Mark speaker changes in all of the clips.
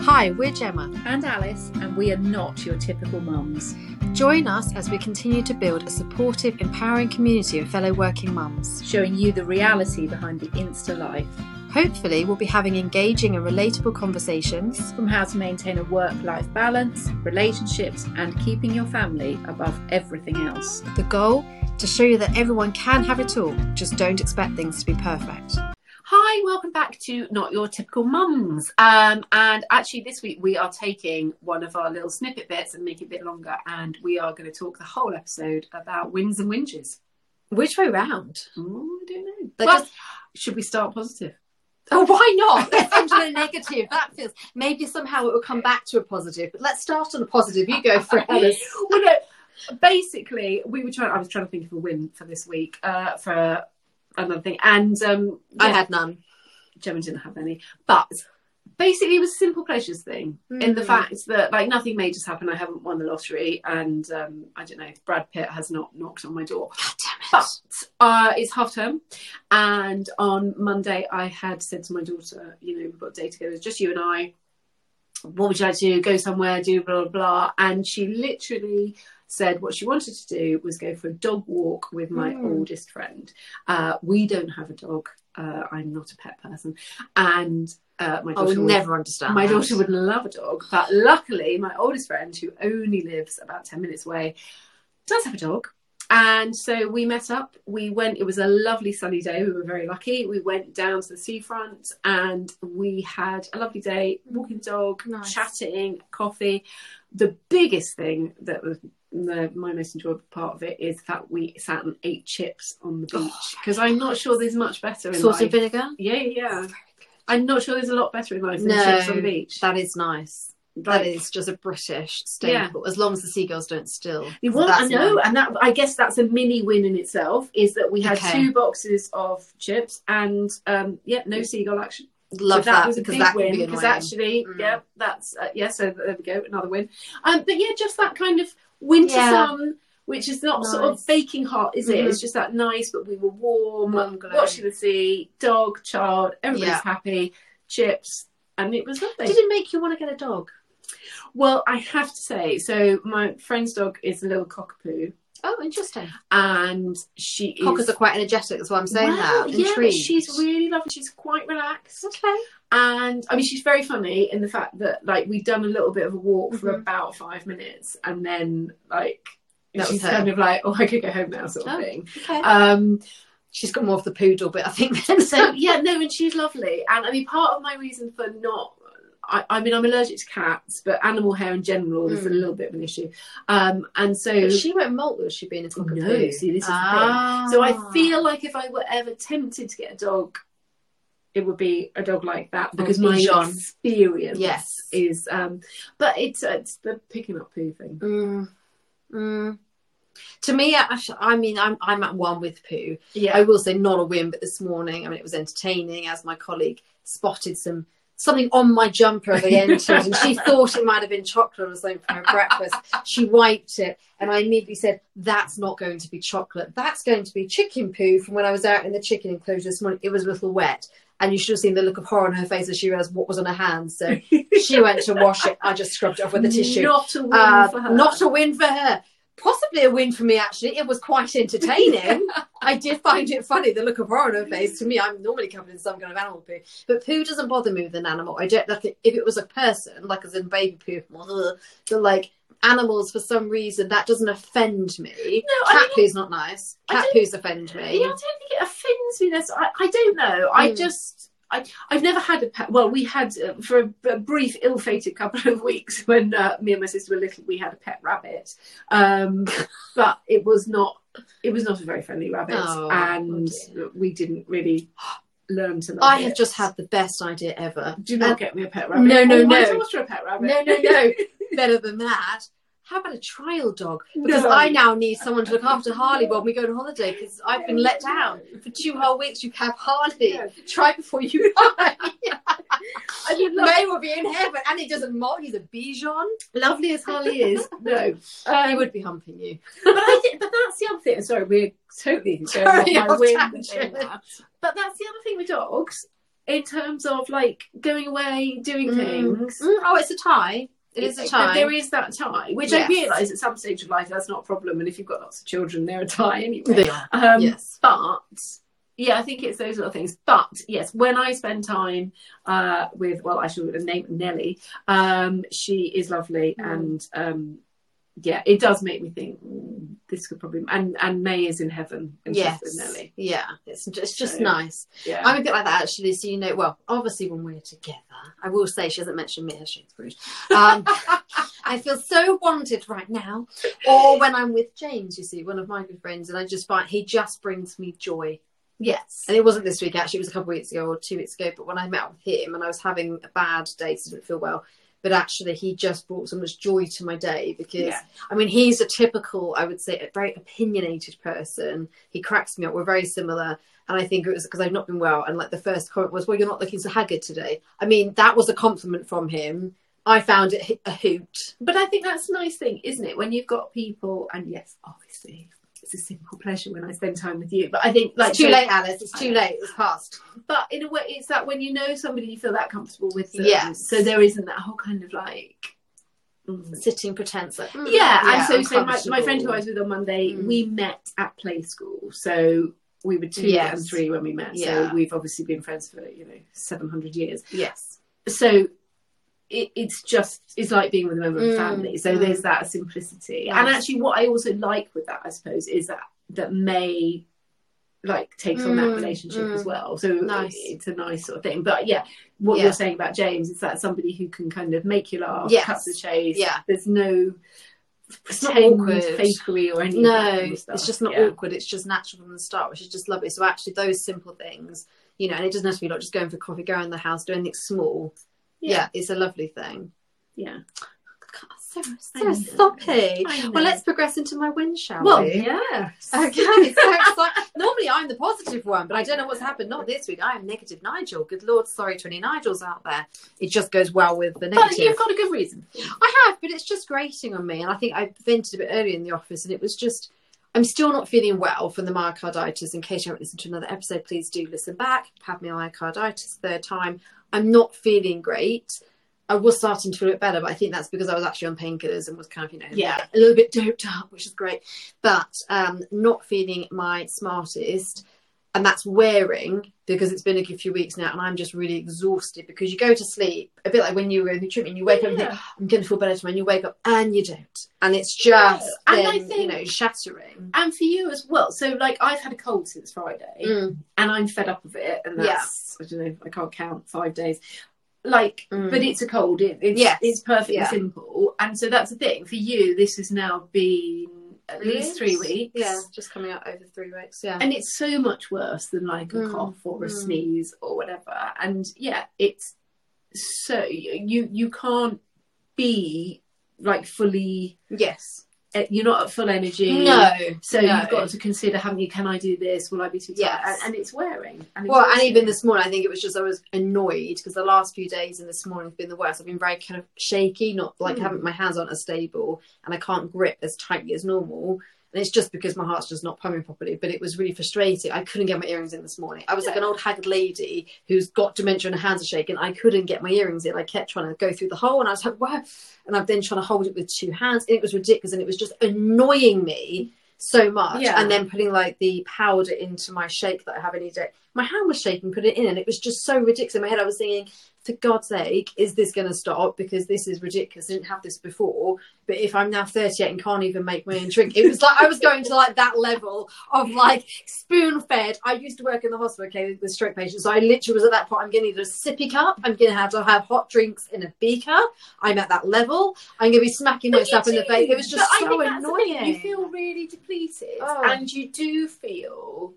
Speaker 1: Hi, we're Gemma.
Speaker 2: and Alice, and we are not your typical mums.
Speaker 1: Join us as we continue to build a supportive, empowering community of fellow working mums.
Speaker 2: Showing you the reality behind the Insta life,
Speaker 1: Hopefully, we'll be having engaging and relatable conversations.
Speaker 2: from how to maintain a work life balance, relationships, and keeping your family above everything else.
Speaker 1: The goal to show you that everyone can have it all, just don't expect things to be perfect.
Speaker 3: Hi, welcome back to Not Your Typical Mums. Um, and actually, this week we are taking one of our little snippet bits and make it a bit longer, and we are going to talk the whole episode about wins and whinges.
Speaker 1: Which way round?
Speaker 3: Ooh, I don't know.
Speaker 1: That
Speaker 3: well,
Speaker 1: just-
Speaker 3: should we start positive?
Speaker 1: Oh, why not? Let's end on a negative. That feels maybe somehow it will come back to a positive. But let's start on a positive. You go for it, Alice.
Speaker 3: well, no, basically, we were trying. I was trying to think of a win for this week uh, for another thing, and um,
Speaker 1: I had none.
Speaker 3: Gemma didn't have any, but basically it was a simple pleasures thing in the
Speaker 1: Mm.
Speaker 3: fact that like nothing made us happen. I haven't won the lottery, and um, I don't know. Brad Pitt has not knocked on my door,
Speaker 1: Damn
Speaker 3: but uh, it's half term, and on Monday I had said to my daughter, you know, we've got a day together, it's just you and I. What would you like to do? Go somewhere, do blah blah blah, and she literally said what she wanted to do was go for a dog walk with my
Speaker 1: Mm.
Speaker 3: oldest friend. Uh, we don't have a dog. Uh, I'm not a pet person, and uh, my
Speaker 1: I would
Speaker 3: daughter would-
Speaker 1: never understand.
Speaker 3: my
Speaker 1: that.
Speaker 3: daughter would love a dog, but luckily, my oldest friend, who only lives about 10 minutes away, does have a dog. And so we met up. We went, it was a lovely sunny day. We were very lucky. We went down to the seafront and we had a lovely day walking the dog,
Speaker 1: Nice.
Speaker 3: chatting, coffee. The biggest thing that was the, my most enjoyable part of it is that we sat and ate chips on the
Speaker 1: Oh,
Speaker 3: beach because I'm not sure there's much better in
Speaker 1: Salt
Speaker 3: life.
Speaker 1: and vinegar.
Speaker 3: yeah, yeah. I'm not sure there's a lot better in life than
Speaker 1: No,
Speaker 3: chips on the beach.
Speaker 1: That is nice.
Speaker 3: Like,
Speaker 1: That is just a British staple. As long as the seagulls don't steal.
Speaker 3: You want, I
Speaker 1: That's
Speaker 3: know,
Speaker 1: nice.
Speaker 3: and that I guess that's a mini win in itself. Is that we had
Speaker 1: Okay.
Speaker 3: two boxes of chips and um, yeah, no seagull action.
Speaker 1: Love
Speaker 3: so
Speaker 1: that,
Speaker 3: was a
Speaker 1: because
Speaker 3: big
Speaker 1: that
Speaker 3: win
Speaker 1: can be
Speaker 3: because
Speaker 1: annoying.
Speaker 3: actually,
Speaker 1: Mm.
Speaker 3: yeah, that's uh, yeah. So there we go, another win. Um, but yeah, just that kind of winter
Speaker 1: Yeah.
Speaker 3: sun, which is not sort
Speaker 1: Nice.
Speaker 3: of baking hot, is it?
Speaker 1: Mhm.
Speaker 3: It's just that nice, but we were warm,
Speaker 1: Bungalow.
Speaker 3: watching the sea, dog, child, everybody's
Speaker 1: Yeah.
Speaker 3: happy, chips, and it was lovely.
Speaker 1: Did it make you want to get a dog?
Speaker 3: Well, I have to say, so my friend's dog is a little cockapoo.
Speaker 1: Oh, interesting.
Speaker 3: and she is
Speaker 1: Cockers are quite energetic. That's why I'm saying
Speaker 3: Well,
Speaker 1: that.
Speaker 3: Yeah, but
Speaker 1: Intrigued.
Speaker 3: she's really lovely. She's quite relaxed,
Speaker 1: okay.
Speaker 3: and I mean, she's very funny in the fact that like we've done a little bit of a walk for
Speaker 1: Mhm.
Speaker 3: about five minutes, and then like
Speaker 1: That was
Speaker 3: she's
Speaker 1: her.
Speaker 3: kind of like, oh, I could go home now, sort of
Speaker 1: Oh.
Speaker 3: thing.
Speaker 1: Okay.
Speaker 3: Um,
Speaker 1: she's got more of the poodle bit, I think. Then.
Speaker 3: so yeah, no, and she's lovely. And I mean, part of my reason for not. I, I mean, I'm allergic to cats, but animal hair in general is a
Speaker 1: Mm.
Speaker 3: little bit of an issue. Um, and so, Oh,
Speaker 1: But she won't molt, will she? Being a cockapoo.
Speaker 3: No, see, this is the thing.
Speaker 1: ah.
Speaker 3: So I feel like if I were ever tempted to get a dog, it would be a dog like that because my
Speaker 1: Bichon.
Speaker 3: experience
Speaker 1: Yes.
Speaker 3: is. Um, but it's it's the picking up poo thing.
Speaker 1: Mm. Mm. To me, I, I mean, I'm I'm at one with poo. I
Speaker 3: Yeah,
Speaker 1: will say not a win, but this morning, I mean, it was entertaining as my colleague spotted some something on my jumper as I entered, and she thought it might have been chocolate or something from her breakfast. She wiped it, and I immediately said, "That's not going to be chocolate. That's going to be chicken poo." From when I was out in the chicken enclosure this morning, it was a little wet, and you should have seen the look of horror on her face as she realised what was on her hands. So she went to wash it. I just scrubbed it off with a tissue.
Speaker 3: Not a win
Speaker 1: Uh,
Speaker 3: for her.
Speaker 1: not a win for her. Possibly a win for me, actually. It was quite entertaining. I did find it funny, the look of horror on her face. To me, I'm normally covered in some kind of animal poo. But poo doesn't bother me with an animal. I don't, like, if it was a person, like as in baby poo, ugh, but like animals, for some reason, that doesn't offend me.
Speaker 3: No, I
Speaker 1: Cat
Speaker 3: don't-
Speaker 1: poo's not nice.
Speaker 3: I
Speaker 1: Cat
Speaker 3: don't-
Speaker 1: poos offend
Speaker 3: Yeah,
Speaker 1: me.
Speaker 3: I don't think it offends me. That's I, I don't know. I
Speaker 1: Mm.
Speaker 3: just I I've never had a pet. Well, we had uh, for a, a brief, ill-fated couple of weeks when uh, me and my sister were little. We had a pet rabbit, um, but it was not it was not a very friendly rabbit,
Speaker 1: Oh,
Speaker 3: and
Speaker 1: oh
Speaker 3: we didn't really learn to. Love
Speaker 1: I have
Speaker 3: it.
Speaker 1: just had the best idea ever.
Speaker 3: Do not
Speaker 1: Uh,
Speaker 3: get me a pet rabbit.
Speaker 1: no, no,
Speaker 3: Oh, my
Speaker 1: no.
Speaker 3: daughter a pet rabbit.
Speaker 1: No, no, no. Better than that. How about a trial dog? Because
Speaker 3: No.
Speaker 1: I now need someone to look after Harley when we go on holiday because I've been let down for two whole weeks. You have Harley.
Speaker 3: Yeah.
Speaker 1: Try before you die.
Speaker 3: I mean, lo-
Speaker 1: May will be in heaven, and he doesn't mock. He's a Bichon.
Speaker 3: lovely as Harley is, no.
Speaker 1: he
Speaker 3: Um,
Speaker 1: would be humping you.
Speaker 3: but I think, but that's the other thing. Sorry, we're totally going
Speaker 1: Sorry,
Speaker 3: off my
Speaker 1: off
Speaker 3: wing
Speaker 1: tangent.
Speaker 3: thing now. But that's the other thing with dogs in terms of like going away, doing
Speaker 1: Mm.
Speaker 3: things.
Speaker 1: Mm, oh, it's a tie. It is a
Speaker 3: It's-
Speaker 1: tie.
Speaker 3: There is that tie, which
Speaker 1: Yes.
Speaker 3: I realise at some stage of life that's not a problem. And if you've got lots of children, they're a tie anyway.
Speaker 1: They are.
Speaker 3: Um,
Speaker 1: yes.
Speaker 3: But yeah, I think it's those little things. But yes, when I spend time uh, with, well, I should name Nelly. Um, she is lovely,
Speaker 1: Mm.
Speaker 3: and um, yeah, it does make me think "Mm, this could probably. And and May is in heaven, and
Speaker 1: Yes.
Speaker 3: she's with Nelly.
Speaker 1: Yeah. It's just, it's just
Speaker 3: So-
Speaker 1: nice.
Speaker 3: Yeah,
Speaker 1: I'm a bit like that actually. So you know, well, obviously when we're together, I will say she hasn't mentioned me. Has she? It's rude. Um, I feel so wanted right now. Or when I'm with James, you see, one of my good friends, and I just find he just brings me joy.
Speaker 3: yes,
Speaker 1: And it wasn't this week actually; it was a couple of weeks ago or two weeks ago. But when I met up with him, and I was having a bad day, so I didn't feel well. But actually, he just brought so much joy to my day because
Speaker 3: yeah.
Speaker 1: I mean, he's a typical, I would say, a very opinionated person. He cracks me up. We're very similar. And I think it was because I've not been well. And like the first comment was, well, you're not looking so haggard today. I mean, that was a compliment from him. I found it hi- a hoot.
Speaker 3: But I think that's a nice thing, isn't it? When you've got people, and yes, obviously, it's a simple pleasure when I spend time with you. But I think like
Speaker 1: it's too
Speaker 3: so-
Speaker 1: late, Alice. It's too late. It's past.
Speaker 3: But in a way, it's that when you know somebody, you feel that comfortable with them.
Speaker 1: Yes.
Speaker 3: So there isn't that whole kind of like. mm.
Speaker 1: Sitting pretense. Like, mm,
Speaker 3: Yeah, and so,
Speaker 1: I'm
Speaker 3: so my, my friend who
Speaker 1: comfortable.
Speaker 3: I was with on Monday,
Speaker 1: Mm.
Speaker 3: we met at play school. So we were two
Speaker 1: Yes.
Speaker 3: and three when we met.
Speaker 1: Yeah.
Speaker 3: So we've obviously been friends for, you know, 700 years.
Speaker 1: Yes.
Speaker 3: So it, it's just, it's like being with a member of
Speaker 1: Mm,
Speaker 3: the family. So
Speaker 1: mm.
Speaker 3: there's that simplicity. And
Speaker 1: Yes.
Speaker 3: actually, what I also like with that, I suppose, is that that May like takes on that
Speaker 1: Mm,
Speaker 3: relationship
Speaker 1: mm.
Speaker 3: as well. So
Speaker 1: Nice.
Speaker 3: it's a nice sort of thing. But yeah, what
Speaker 1: Yeah.
Speaker 3: you're saying about James is that somebody who can kind of make you laugh,
Speaker 1: Yes.
Speaker 3: cut the chase.
Speaker 1: Yeah.
Speaker 3: There's no
Speaker 1: It's not
Speaker 3: pretend
Speaker 1: awkward.
Speaker 3: fakery or any of that
Speaker 1: No,
Speaker 3: kind of stuff.
Speaker 1: it's just not
Speaker 3: Yeah.
Speaker 1: awkward. It's just natural from the start, which is just lovely. So actually, those simple things, you know, and it doesn't have to be like just going for coffee, going in the house, doing anything small. Yeah,
Speaker 3: Yeah.
Speaker 1: it's a lovely thing.
Speaker 3: Yeah.
Speaker 1: God, Sarah,
Speaker 3: I
Speaker 1: Sarah,
Speaker 3: know.
Speaker 1: soppy.
Speaker 3: I know.
Speaker 1: Well, let's progress into my win, shall
Speaker 3: Well,
Speaker 1: we?
Speaker 3: yeah.
Speaker 1: Okay, so excited. Normally I'm the positive one, but I don't know what's happened. Not this week. I am negative Nigel. Good lord, sorry to any Nigels out there. It just goes well with the negative.
Speaker 3: But you've got a good reason. for it.
Speaker 1: I have, but it's just grating on me. And I think I vented a bit earlier in the office, and it was just, I'm still not feeling well from the myocarditis. In case you haven't listened to another episode, please do listen back. Had my myocarditis third time. I'm not feeling great. I was starting to feel a bit better, but I think that's because I was actually on painkillers and was kind of, you know,
Speaker 3: Yeah.
Speaker 1: a little bit doped up, which is great. But um, not feeling my smartest. And that's wearing because it's been a good few weeks now, and I'm just really exhausted because you go to sleep a bit like when you were in the treatment, you wake up and think,
Speaker 3: Yeah.
Speaker 1: I'm going to feel better tomorrow. And you wake up and you don't. And it's just,
Speaker 3: No, and
Speaker 1: then,
Speaker 3: I
Speaker 1: you
Speaker 3: think-
Speaker 1: know, shattering.
Speaker 3: And for you as well. So like I've had a cold since Friday.
Speaker 1: Mm,
Speaker 3: and I'm fed up of it. And that's I don't know, I can't count five days. Like,
Speaker 1: mm.
Speaker 3: but it's a cold. It, it's
Speaker 1: Yes.
Speaker 3: it's perfectly
Speaker 1: Yeah.
Speaker 3: simple. And so that's the thing for you. This has now been at
Speaker 1: Three
Speaker 3: least
Speaker 1: weeks?
Speaker 3: three weeks.
Speaker 1: Yeah, just coming out over three weeks. Yeah.
Speaker 3: And it's so much worse than like a
Speaker 1: Mm.
Speaker 3: cough or a
Speaker 1: Mm.
Speaker 3: sneeze or whatever. And yeah, it's so you you can't be like fully.
Speaker 1: yes.
Speaker 3: eh, You're not at full energy.
Speaker 1: No.
Speaker 3: So
Speaker 1: no.
Speaker 3: you've got to consider, haven't you? Can I do this? Will I be too tired?
Speaker 1: Yes.
Speaker 3: And, and it's wearing. And
Speaker 1: Well, and
Speaker 3: exhausting.
Speaker 1: even this morning, I think it was just I was annoyed because the last few days and this morning have been the worst. I've been very kind of shaky, not like
Speaker 3: Mm.
Speaker 1: having my hands aren't as stable, and I can't grip as tightly as normal. And it's just because my heart's just not pumping properly. But it was really frustrating. I couldn't get my earrings in this morning. I was like an old haggard lady who's got dementia and her hands are shaking. I couldn't get my earrings in. I kept trying to go through the hole, and I was like, "Wow!" And I'm then trying to hold it with two hands, and it was ridiculous, and it was just annoying me so much.
Speaker 3: Yeah.
Speaker 1: And then putting like the powder into my shake that I have any day my hand was shaking, put it in, and it was just so ridiculous. In my head, I was thinking, for God's sake, is this going to stop? Because this is ridiculous. I didn't have this before. But if I'm now 38 and can't even make my own drink, it was like I was going to like that level of like spoon fed. I used to work in the hospital, okay, with stroke patients. So I literally was at that point. I'm going to need a sippy cup. I'm going to have to have hot drinks in a beaker. I'm at that level. I'm going to be smacking
Speaker 3: But
Speaker 1: myself
Speaker 3: you
Speaker 1: in the
Speaker 3: do,
Speaker 1: face. It was
Speaker 3: but
Speaker 1: just
Speaker 3: I
Speaker 1: so
Speaker 3: think that's the thing,
Speaker 1: annoying.
Speaker 3: You feel really depleted,
Speaker 1: Oh.
Speaker 3: and you do feel,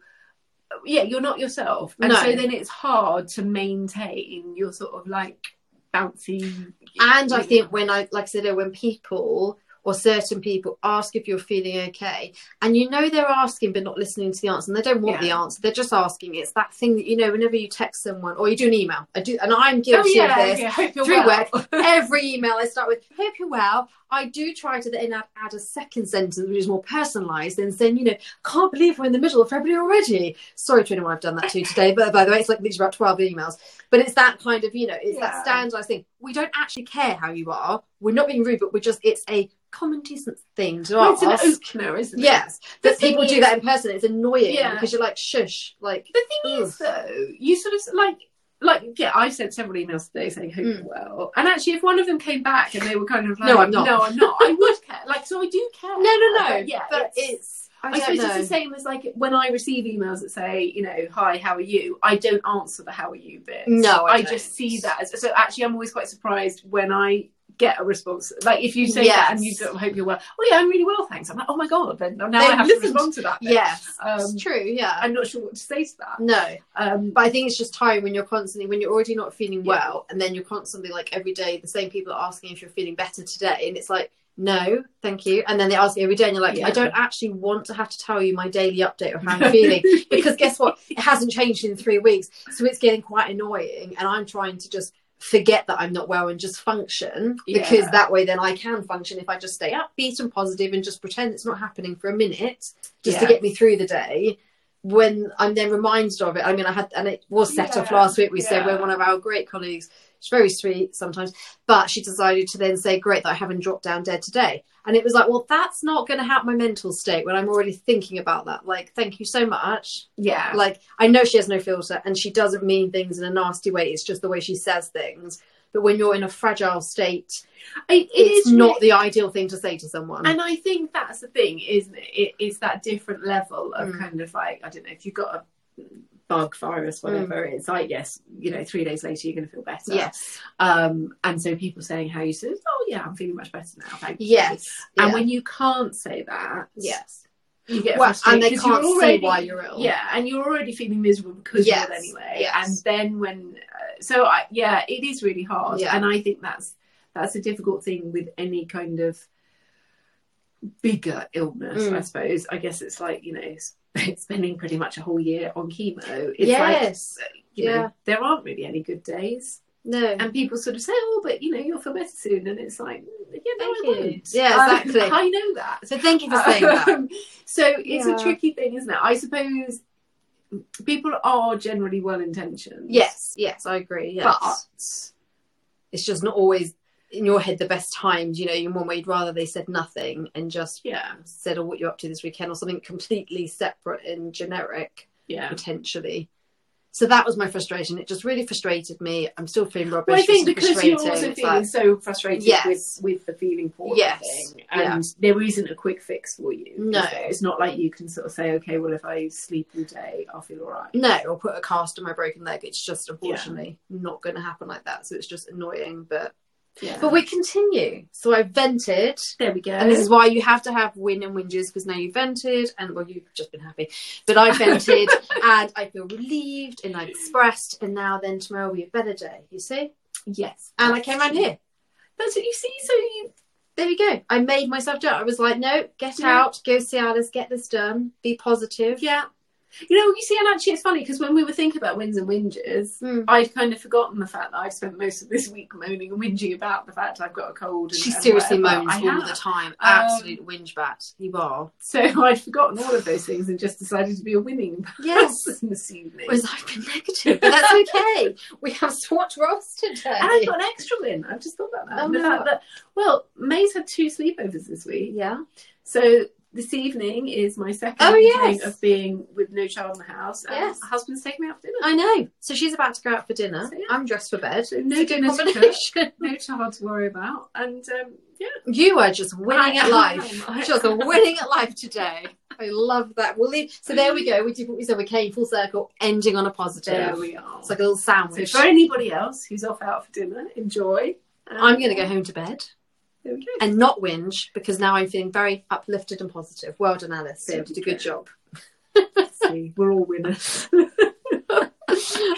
Speaker 3: yeah, you're not yourself, and
Speaker 1: No.
Speaker 3: so then it's hard to maintain your sort of like bouncy.
Speaker 1: And I think when I, like I said, earlier, when people or certain people ask if you're feeling okay and you know they're asking but not listening to the answer and they don't want
Speaker 3: Yeah.
Speaker 1: the answer they're just asking it's that thing that you know whenever you text someone or you do an email i do and
Speaker 3: Oh,
Speaker 1: i'm guilty of this
Speaker 3: Hope you're
Speaker 1: Through
Speaker 3: well.
Speaker 1: every email I start with, hope you're well. I do try to then add, add a second sentence which is more personalised and saying, you know, can't believe we're in the middle of February already. Sorry to anyone I've done that to today, but by the way, it's like these are about 12 emails. But it's that kind of, you know, it's
Speaker 3: Yeah.
Speaker 1: that standardised thing. We don't actually care how you are. We're not being rude, but we're just, it's a common decent thing to
Speaker 3: Well,
Speaker 1: ask.
Speaker 3: it's an opener, isn't it?
Speaker 1: Yes,
Speaker 3: The
Speaker 1: but
Speaker 3: thing
Speaker 1: people do
Speaker 3: is-
Speaker 1: that in person. It's annoying
Speaker 3: Yeah.
Speaker 1: because you're like, shush, like,
Speaker 3: The thing is, though, you sort of like, like, yeah, I sent several emails today saying, "Hope you're
Speaker 1: Mm.
Speaker 3: well," and actually, if one of them came back and they were kind of like,
Speaker 1: No, I'm not.
Speaker 3: no, I'm not," I would care. Like, so I do care.
Speaker 1: no, no, no.
Speaker 3: But, yeah,
Speaker 1: but it's, I,
Speaker 3: I
Speaker 1: don't
Speaker 3: suppose
Speaker 1: know.
Speaker 3: it's the same as like when I receive emails that say, you know, hi, how are you? I don't answer the how are you bit.
Speaker 1: No, I
Speaker 3: I,
Speaker 1: don't.
Speaker 3: just see that as so actually I'm always quite surprised when I get a response. Like if you say that and you
Speaker 1: Yes.
Speaker 3: go, hope you're well. Oh yeah, I'm really well, thanks. I'm like, oh my god, then now I
Speaker 1: They've
Speaker 3: have to
Speaker 1: listened.
Speaker 3: respond to that. bit.
Speaker 1: Yes,
Speaker 3: Um,
Speaker 1: it's true. Yeah,
Speaker 3: I'm not sure what to say to that.
Speaker 1: no.
Speaker 3: Um
Speaker 1: But I think it's just tiring when you're constantly when you're already not feeling
Speaker 3: Yeah.
Speaker 1: well, and then you're constantly like every day the same people are asking if you're feeling better today, and it's like no, thank you, and then they ask you every day, and you're like,
Speaker 3: Yeah.
Speaker 1: I don't actually want to have to tell you my daily update of how I'm feeling because guess what, it hasn't changed in three weeks, so it's getting quite annoying, and I'm trying to just forget that I'm not well and just function because
Speaker 3: Yeah.
Speaker 1: that way then I can function if I just stay upbeat and positive and just pretend it's not happening for a minute just to
Speaker 3: Yeah.
Speaker 1: get me through the day when I'm then reminded of it, I mean, I had, and it was set off
Speaker 3: Yeah,
Speaker 1: last week. We said
Speaker 3: yeah.
Speaker 1: we're one of our great colleagues. She's very sweet sometimes, but she decided to then say, "Great that I haven't dropped down dead today." And it was like, well, that's not going to help my mental state when I'm already thinking about that. Like, thank you so much.
Speaker 3: yeah.
Speaker 1: Like, I know she has no filter, and she doesn't mean things in a nasty way. It's just the way she says things. But when you're in a fragile state,
Speaker 3: It- it
Speaker 1: it's
Speaker 3: is
Speaker 1: not the ideal thing to say to someone.
Speaker 3: And I think that's the thing, isn't it? It is that different level of
Speaker 1: Mm.
Speaker 3: kind of like I don't know if you've got a bug, virus, whatever. It's like yes, you know, three days later you're going to feel better.
Speaker 1: yes,
Speaker 3: Um, and so people saying how you said, oh yeah, I'm feeling much better now. Thank you."
Speaker 1: yes,
Speaker 3: And
Speaker 1: yeah,
Speaker 3: when you can't say that,
Speaker 1: yes.
Speaker 3: you get
Speaker 1: Well,
Speaker 3: frustrated
Speaker 1: and they
Speaker 3: 'cause you're
Speaker 1: can't see
Speaker 3: already-
Speaker 1: why you're ill.
Speaker 3: Yeah, and you're already feeling miserable because
Speaker 1: Yes,
Speaker 3: you're ill anyway.
Speaker 1: yes.
Speaker 3: And then when, uh, so I, yeah, it is really hard.
Speaker 1: Yeah.
Speaker 3: And I think that's that's a difficult thing with any kind of bigger illness.
Speaker 1: Mm.
Speaker 3: I suppose. I guess it's like you know sp- spending pretty much a whole year on chemo. It's like
Speaker 1: yes,
Speaker 3: you
Speaker 1: yeah.
Speaker 3: know there aren't really any good days,
Speaker 1: no.
Speaker 3: and people sort of say, "Oh, but you know you'll feel better soon," and it's like, "Yeah, no,
Speaker 1: Thank
Speaker 3: I
Speaker 1: you.
Speaker 3: won't."
Speaker 1: Yeah,
Speaker 3: Um,
Speaker 1: exactly.
Speaker 3: I know that.
Speaker 1: So thank you for saying that.
Speaker 3: Um, so it's
Speaker 1: Yeah.
Speaker 3: a tricky thing, isn't it? I suppose people are generally well intentioned.
Speaker 1: Yes, yes, I agree. Yes.
Speaker 3: But
Speaker 1: it's just not always in your head the best times. You know, in one way, you'd rather they said nothing and just
Speaker 3: yeah,
Speaker 1: said, "Oh, what you're up to this weekend," or something completely separate and generic,
Speaker 3: yeah.
Speaker 1: potentially. So that was my frustration. It just really frustrated me. I'm still feeling rubbish.
Speaker 3: Well, I think
Speaker 1: which is
Speaker 3: because you're
Speaker 1: frustrating.
Speaker 3: also
Speaker 1: It's
Speaker 3: feeling
Speaker 1: like-
Speaker 3: so frustrated
Speaker 1: Yes.
Speaker 3: with, with the feeling poor
Speaker 1: Yes.
Speaker 3: thing, and there isn't a quick fix for you. is
Speaker 1: No.
Speaker 3: there? it's not like you can sort of say, okay, well, if I sleep all day, I'll feel all right.
Speaker 1: no, or put a cast on my broken leg. It's just unfortunately not going to happen like that. So it's just annoying. But
Speaker 3: Yeah.
Speaker 1: but we continue. So I vented.
Speaker 3: there we go.
Speaker 1: And this is why you have to have win and whinges because now you vented and well you've just been happy. But I vented and I feel relieved and I expressed and now then tomorrow will be a better day, you see?
Speaker 3: yes,
Speaker 1: And I came around here.
Speaker 3: That's what you see. So you,
Speaker 1: There you go. I made myself do it. I was like, no, get
Speaker 3: Yeah.
Speaker 1: out, go see Alice, get this done, Um, be positive.
Speaker 3: yeah, you know, you see, and actually, it's funny because when we were thinking about wins and whinges,
Speaker 1: Mm.
Speaker 3: I'd kind of forgotten the fact that I'd spent most of this week moaning and whinging about the fact I've got a cold. And,
Speaker 1: She
Speaker 3: and
Speaker 1: seriously
Speaker 3: whatever.
Speaker 1: moans
Speaker 3: I
Speaker 1: all
Speaker 3: have. Um,
Speaker 1: the time. Absolute whinge bat. You are.
Speaker 3: So I'd forgotten all of those things and just decided to be a winning
Speaker 1: Yes.
Speaker 3: person this evening.
Speaker 1: Whereas I've been negative, but that's okay. we have swatch rolls today.
Speaker 3: and I've got an extra win. I've just thought about that.
Speaker 1: Oh,
Speaker 3: And the
Speaker 1: no.
Speaker 3: fact that, well, May's had two sleepovers this week.
Speaker 1: Yeah.
Speaker 3: So this evening is my second
Speaker 1: Oh,
Speaker 3: evening
Speaker 1: yes.
Speaker 3: of being with no child in the house. And
Speaker 1: Yes.
Speaker 3: my husband's taking me out for dinner.
Speaker 1: I know. So she's about to go out for dinner.
Speaker 3: So, yeah.
Speaker 1: I'm dressed for bed.
Speaker 3: So no
Speaker 1: It's a good
Speaker 3: dinner to cook,
Speaker 1: combination.
Speaker 3: no child to worry about. And um, yeah.
Speaker 1: You are just winning
Speaker 3: I
Speaker 1: at
Speaker 3: am.
Speaker 1: life.
Speaker 3: I
Speaker 1: Just
Speaker 3: am.
Speaker 1: winning at life today. I love that. We'll leave. So there we go. We did what we said. We came full circle, ending on a positive.
Speaker 3: There we are.
Speaker 1: It's like a little
Speaker 3: So
Speaker 1: sandwich.
Speaker 3: for anybody else who's off out for dinner, enjoy. Um,
Speaker 1: I'm going to go home to bed
Speaker 3: There we go.
Speaker 1: and not whinge because now I'm feeling very uplifted and positive. Well done, Alice.
Speaker 3: There
Speaker 1: You did a
Speaker 3: we
Speaker 1: good
Speaker 3: go.
Speaker 1: job.
Speaker 3: See, we're all winners.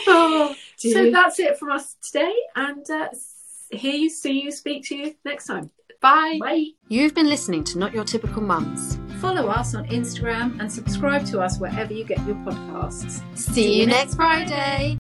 Speaker 1: oh,
Speaker 3: so that's it from us today, and uh, hear you, see you, speak to you next time. Bye.
Speaker 4: Bye.
Speaker 2: You've been listening to Not Your Typical Mums.
Speaker 4: Follow us on Instagram and subscribe to us wherever you get your podcasts.
Speaker 2: See you next Friday.